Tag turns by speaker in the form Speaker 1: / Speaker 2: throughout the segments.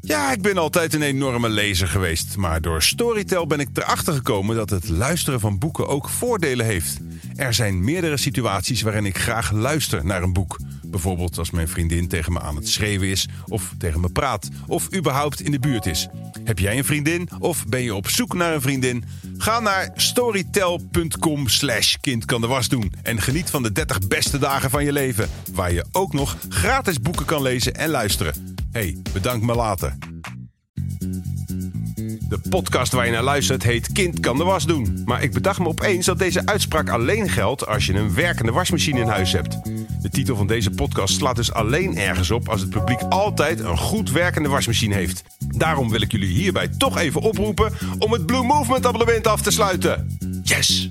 Speaker 1: Ja, ik ben altijd een enorme lezer geweest. Maar door Storytel ben ik erachter gekomen dat het luisteren van boeken ook voordelen heeft. Er zijn meerdere situaties waarin ik graag luister naar een boek. Bijvoorbeeld als mijn vriendin tegen me aan het schreeuwen is, of tegen me praat, of überhaupt in de buurt is. Heb jij een vriendin of ben je op zoek naar een vriendin? Ga naar storytel.com slash kind kan de was doen en geniet van de 30 beste dagen van je leven. Waar je ook nog gratis boeken kan lezen en luisteren. hey, bedankt me later. De podcast waar je naar luistert heet Kind kan de was doen. Maar ik bedacht me opeens dat deze uitspraak alleen geldt als je een werkende wasmachine in huis hebt. De titel van deze podcast slaat dus alleen ergens op als het publiek altijd een goed werkende wasmachine heeft. Daarom wil ik jullie hierbij toch even oproepen om het Blue Movement abonnement af te sluiten. Yes!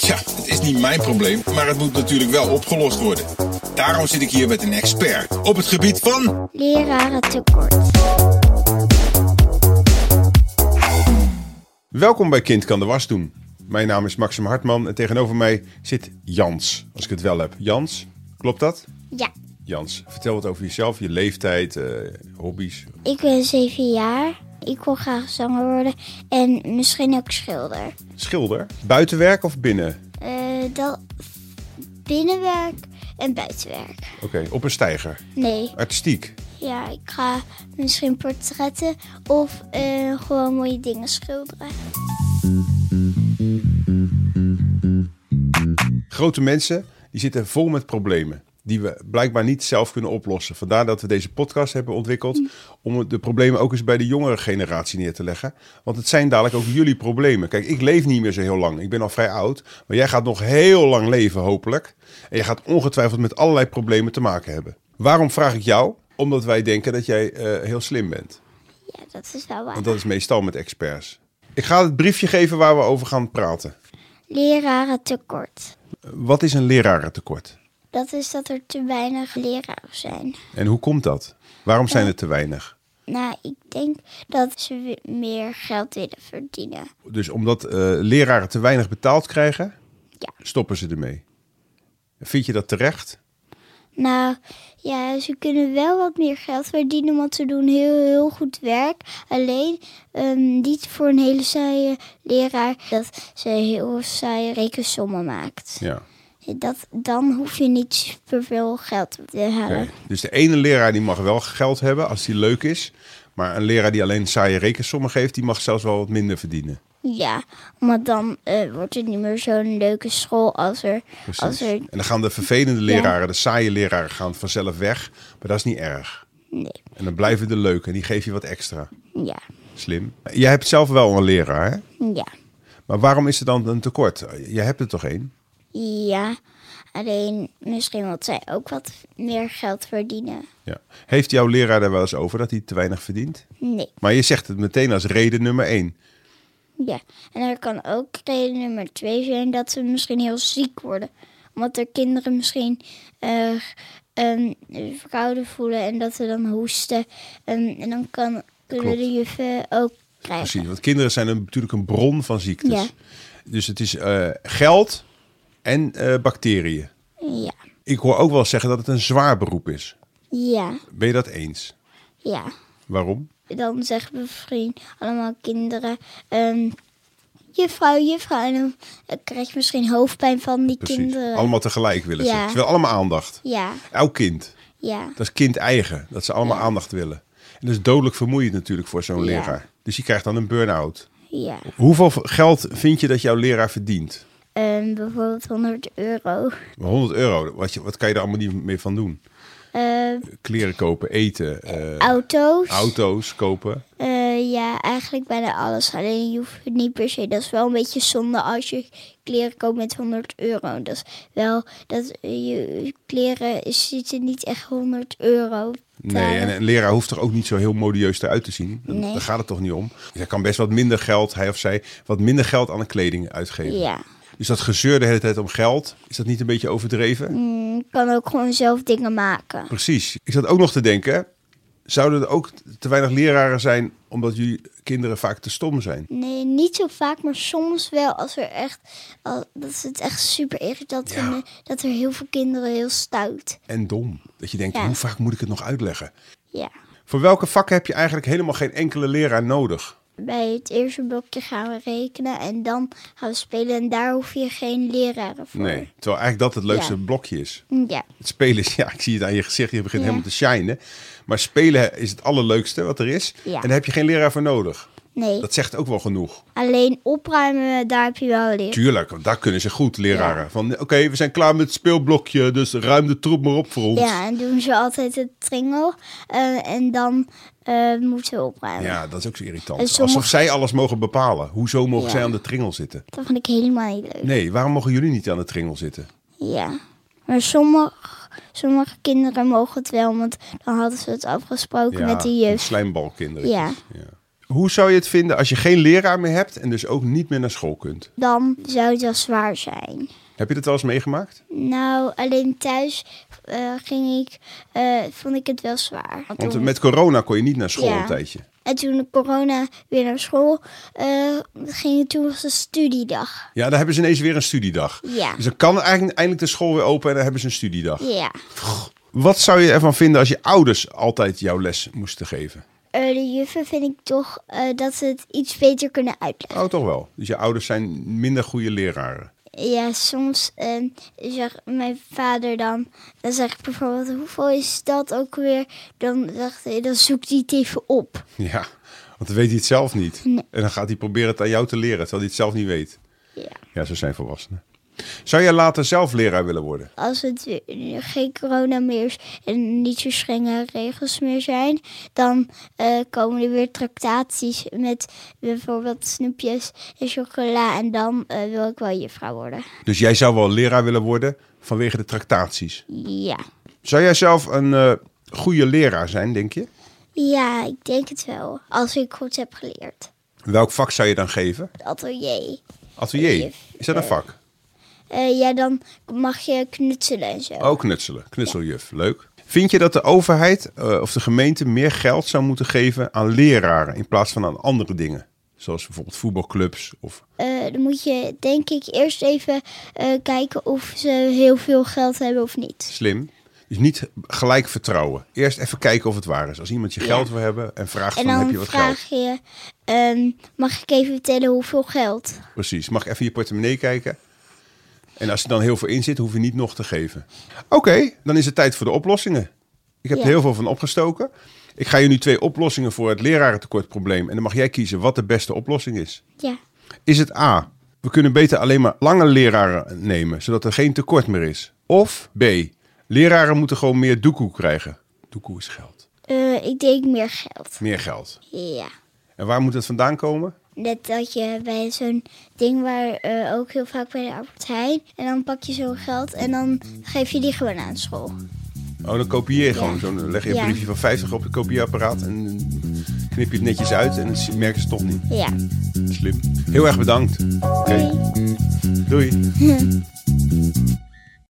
Speaker 2: Ja, het is niet mijn probleem, maar het moet natuurlijk wel opgelost worden. Daarom zit ik hier met een expert op het gebied van.
Speaker 3: Leraren tekort.
Speaker 1: Welkom bij Kind kan de was doen. Mijn naam is Maxim Hartman en tegenover mij zit Jans, als ik het wel heb. Jans, klopt dat?
Speaker 3: Ja,
Speaker 1: Jans, vertel wat over jezelf, je leeftijd, eh, hobby's.
Speaker 3: ik ben zeven jaar. Ik wil graag zanger worden en misschien ook schilder.
Speaker 1: Schilder. Buitenwerk of binnen?
Speaker 3: Eh dat binnenwerk en buitenwerk.
Speaker 1: Oké, op een stijger.
Speaker 3: Nee,
Speaker 1: Artistiek.
Speaker 3: ja, ik ga misschien portretten of eh, gewoon mooie dingen schilderen.
Speaker 1: Grote mensen die zitten vol met problemen. Die we blijkbaar niet zelf kunnen oplossen. Vandaar dat we deze podcast hebben ontwikkeld. Om de problemen ook eens bij de jongere generatie neer te leggen. Want het zijn dadelijk ook jullie problemen. Kijk, ik leef niet meer zo heel lang. Ik ben al vrij oud. Maar jij gaat nog heel lang leven, hopelijk. En je gaat ongetwijfeld met allerlei problemen te maken hebben. Waarom vraag ik jou? Omdat wij denken dat jij eh, heel slim bent.
Speaker 3: Ja, dat is wel waar.
Speaker 1: Want dat is meestal met experts. Ik ga het briefje geven waar we over gaan praten.
Speaker 3: Leraren tekort.
Speaker 1: Wat is een lerarentekort?
Speaker 3: Dat is dat er te weinig leraren zijn.
Speaker 1: En hoe komt dat? Waarom zijn er te weinig?
Speaker 3: Nou, ik denk dat ze we- meer geld willen verdienen.
Speaker 1: Dus omdat eh, leraren te weinig betaald krijgen,
Speaker 3: Ja.
Speaker 1: stoppen ze ermee. Vind je dat terecht?
Speaker 3: Nou, ja, ze kunnen wel wat meer geld verdienen, want ze doen heel, heel goed werk. Alleen ehm, niet voor een hele saaie leraar dat ze heel saaie rekensommen maakt.
Speaker 1: Ja.
Speaker 3: Dat, dan hoef je niet superveel geld te hebben.
Speaker 1: Oké. Dus de ene leraar die mag wel geld hebben als die leuk is. Maar een leraar die alleen saaie rekensommen geeft, die mag zelfs wel wat minder verdienen.
Speaker 3: Ja, maar dan eh, wordt het niet meer zo'n leuke school als er... Als er
Speaker 1: En dan gaan de vervelende leraren, de saaie leraren gaan vanzelf weg. Maar dat is niet erg.
Speaker 3: nee,
Speaker 1: En dan blijven de leuke en die geef je wat extra.
Speaker 3: ja,
Speaker 1: Slim. Jij hebt zelf wel een leraar, hè?
Speaker 3: ja,
Speaker 1: Maar waarom is er dan een tekort? Je hebt er toch één?
Speaker 3: ja. Alleen misschien wil zij ook wat meer geld verdienen.
Speaker 1: Ja. Heeft jouw leraar daar wel eens over dat hij te weinig verdient?
Speaker 3: Nee.
Speaker 1: Maar je zegt het meteen als reden nummer één.
Speaker 3: Ja, en er kan ook reden nummer twee zijn dat ze misschien heel ziek worden. Omdat er kinderen misschien eh ehm, verkouden voelen en dat ze dan hoesten. En, en dan kan, kunnen
Speaker 1: Klopt.
Speaker 3: de juffen ook krijgen.
Speaker 1: Precies, want kinderen zijn een- natuurlijk een bron van ziektes.
Speaker 3: Ja.
Speaker 1: Dus het is eh, geld en eh, bacteriën.
Speaker 3: Ja,
Speaker 1: Ik hoor ook wel zeggen dat het een zwaar beroep is.
Speaker 3: ja,
Speaker 1: Ben je dat eens?
Speaker 3: ja.
Speaker 1: Waarom?
Speaker 3: Dan zeggen mijn vriend, allemaal kinderen, ehm juffrouw, juffrouw. En dan eh, krijg je misschien hoofdpijn van die
Speaker 1: Precies.
Speaker 3: kinderen.
Speaker 1: Allemaal tegelijk willen ze.
Speaker 3: Ja.
Speaker 1: Ze willen allemaal aandacht.
Speaker 3: Ja,
Speaker 1: Elk kind.
Speaker 3: ja,
Speaker 1: Dat is kind eigen. Dat ze allemaal aandacht willen. En dat is dodelijk vermoeiend natuurlijk voor zo'n
Speaker 3: Ja.
Speaker 1: leraar. Dus je krijgt dan een burn-out.
Speaker 3: ja.
Speaker 1: Hoeveel v- geld vind je dat jouw leraar verdient?
Speaker 3: Ehm, bijvoorbeeld 100 euro.
Speaker 1: 100 euro. Wat, je, wat kan je daar allemaal niet mee van doen?
Speaker 3: Ehm,
Speaker 1: Kleren kopen, eten, eh,
Speaker 3: auto's.
Speaker 1: auto's kopen.
Speaker 3: Eh, ja, eigenlijk bijna alles. Alleen je hoeft het niet per se. Dat is wel een beetje zonde als je kleren koopt met 100 euro. Dat is wel, dat eh, je kleren is- zitten niet echt 100 euro.
Speaker 1: Nee, en een leraar hoeft toch ook niet zo heel modieus eruit te zien? Dan,
Speaker 3: Nee.
Speaker 1: Daar gaat het toch niet om? Hij kan best wat minder geld, hij of zij, wat minder geld aan de kleding uitgeven.
Speaker 3: Ja.
Speaker 1: Dus dat gezeur de hele tijd om geld, is dat niet een beetje overdreven?
Speaker 3: Mm, kan ook gewoon zelf dingen maken.
Speaker 1: Precies. Ik zat ook nog te denken, Zouden er ook te weinig leraren zijn omdat jullie kinderen vaak te stom zijn?
Speaker 3: Nee, niet zo vaak, maar soms wel als er echt. al- dat ze het echt super irritant
Speaker 1: Ja.
Speaker 3: vinden. Dat er heel veel kinderen heel stout.
Speaker 1: En dom. Dat je denkt,
Speaker 3: Ja.
Speaker 1: hoe vaak moet ik het nog uitleggen?
Speaker 3: Ja.
Speaker 1: Voor welke vakken heb je eigenlijk helemaal geen enkele leraar nodig?
Speaker 3: Bij het eerste blokje gaan we rekenen en dan gaan we spelen. En daar hoef je geen leraren voor.
Speaker 1: Nee. Terwijl eigenlijk dat het leukste
Speaker 3: Ja.
Speaker 1: blokje is.
Speaker 3: Ja.
Speaker 1: Het spelen is, ja, ik zie het aan je gezicht, je begint
Speaker 3: Ja.
Speaker 1: helemaal te shinen. Maar spelen is het allerleukste wat er is.
Speaker 3: Ja.
Speaker 1: En daar heb je geen leraar voor nodig.
Speaker 3: Nee.
Speaker 1: Dat zegt ook wel genoeg.
Speaker 3: Alleen opruimen, daar heb je wel leer.
Speaker 1: Tuurlijk, want daar kunnen ze goed, leraren. Van oké, we zijn klaar met het speelblokje, dus ruim de troep maar op voor ons.
Speaker 3: Ja, en doen ze altijd het tringel. eh, en dan eh, moeten we opruimen.
Speaker 1: Ja, dat is ook zo irritant.
Speaker 3: En sommige-
Speaker 1: Alsof zij alles mogen bepalen. Hoezo mogen
Speaker 3: Ja.
Speaker 1: zij aan de tringel zitten?
Speaker 3: Dat vond ik helemaal niet leuk.
Speaker 1: Nee, waarom mogen jullie niet aan de tringel zitten?
Speaker 3: Ja. Maar sommige, sommige kinderen mogen het wel, want dan hadden ze het afgesproken met de
Speaker 1: die
Speaker 3: juf.
Speaker 1: slijmbalkinderen.
Speaker 3: Ja.
Speaker 1: Hoe zou je het vinden als je geen leraar meer hebt en dus ook niet meer naar school kunt?
Speaker 3: Dan zou het wel zwaar zijn.
Speaker 1: Heb je dat wel eens meegemaakt?
Speaker 3: Nou, alleen thuis eh, ging ik, eh, vond ik het wel zwaar.
Speaker 1: Want met corona kon je niet naar school
Speaker 3: Ja.
Speaker 1: een tijdje.
Speaker 3: En toen de corona weer naar school eh, ging, toen was de studiedag.
Speaker 1: Ja, dan hebben ze ineens weer een studiedag.
Speaker 3: Ja.
Speaker 1: Dus dan kan eigenlijk eindelijk de school weer open en dan hebben ze een studiedag.
Speaker 3: Ja.
Speaker 1: Wat zou je ervan vinden als je ouders altijd jouw les moesten geven?
Speaker 3: Eh, de juffen vind ik toch eh, dat ze het iets beter kunnen uitleggen.
Speaker 1: Oh, toch wel. Dus je ouders zijn minder goede leraren.
Speaker 3: Ja, soms eh, zegt mijn vader dan, dan zeg ik bijvoorbeeld, hoeveel is dat ook weer? Dan, zegt hij, dan zoekt hij het even op.
Speaker 1: Ja, want dan weet hij het zelf niet.
Speaker 3: Nee.
Speaker 1: En dan gaat hij proberen het aan jou te leren, terwijl hij het zelf niet weet.
Speaker 3: Ja.
Speaker 1: Ja, zo zijn volwassenen. Zou jij later zelf leraar willen worden?
Speaker 3: Als het weer geen corona meer is en niet zo strenge regels meer zijn, dan eh, komen er weer tractaties met bijvoorbeeld snoepjes en chocola. En dan eh, wil ik wel juffrouw worden.
Speaker 1: Dus jij zou wel leraar willen worden vanwege de tractaties.
Speaker 3: Ja.
Speaker 1: Zou jij zelf een eh, goede leraar zijn, denk je?
Speaker 3: Ja, ik denk het wel. Als ik goed heb geleerd.
Speaker 1: Welk vak zou je dan geven?
Speaker 3: Het atelier.
Speaker 1: Atelier. Is dat een vak?
Speaker 3: Eh, ja, dan mag je knutselen en zo.
Speaker 1: Oh, knutselen. Knutseljuf. Leuk. Vind je dat de overheid eh, of de gemeente meer geld zou moeten geven aan leraren in plaats van aan andere dingen? Zoals bijvoorbeeld voetbalclubs of...
Speaker 3: Eh, dan moet je denk ik eerst even eh, kijken of ze heel veel geld hebben of niet.
Speaker 1: Slim. Dus niet gelijk vertrouwen. Eerst even kijken of het waar is. Als iemand je geld wil hebben en vraagt
Speaker 3: En
Speaker 1: van heb
Speaker 3: dan
Speaker 1: je wat
Speaker 3: vraag
Speaker 1: geld?
Speaker 3: je, ehm, mag ik even vertellen hoeveel geld?
Speaker 1: Precies. Mag ik even je portemonnee kijken? En als er dan heel veel in zit, hoef je niet nog te geven. Oké, dan is het tijd voor de oplossingen. Ik heb
Speaker 3: Ja.
Speaker 1: er heel veel van opgestoken. Ik ga je nu twee oplossingen voor het lerarentekortprobleem. En dan mag jij kiezen wat de beste oplossing is.
Speaker 3: Ja,
Speaker 1: Is het A. We kunnen beter alleen maar lange leraren nemen, zodat er geen tekort meer is. Of B. Leraren moeten gewoon meer doekoe krijgen. Doekoe is geld.
Speaker 3: Eh, ik denk meer geld.
Speaker 1: Meer geld.
Speaker 3: Ja,
Speaker 1: En waar moet het vandaan komen?
Speaker 3: net dat je bij zo'n ding waar eh, ook heel vaak bij de Albert Heijn. En dan pak je zo'n geld en dan geef je die gewoon aan school.
Speaker 1: Oh, dan kopieer je
Speaker 3: Ja.
Speaker 1: gewoon. Zo, dan leg je een
Speaker 3: Ja.
Speaker 1: briefje van 50 op je kopieapparaat en dan knip je het netjes uit en dan merken ze het toch niet.
Speaker 3: Ja,
Speaker 1: Slim. Heel erg bedankt. Oké,
Speaker 3: Doei.
Speaker 1: doei.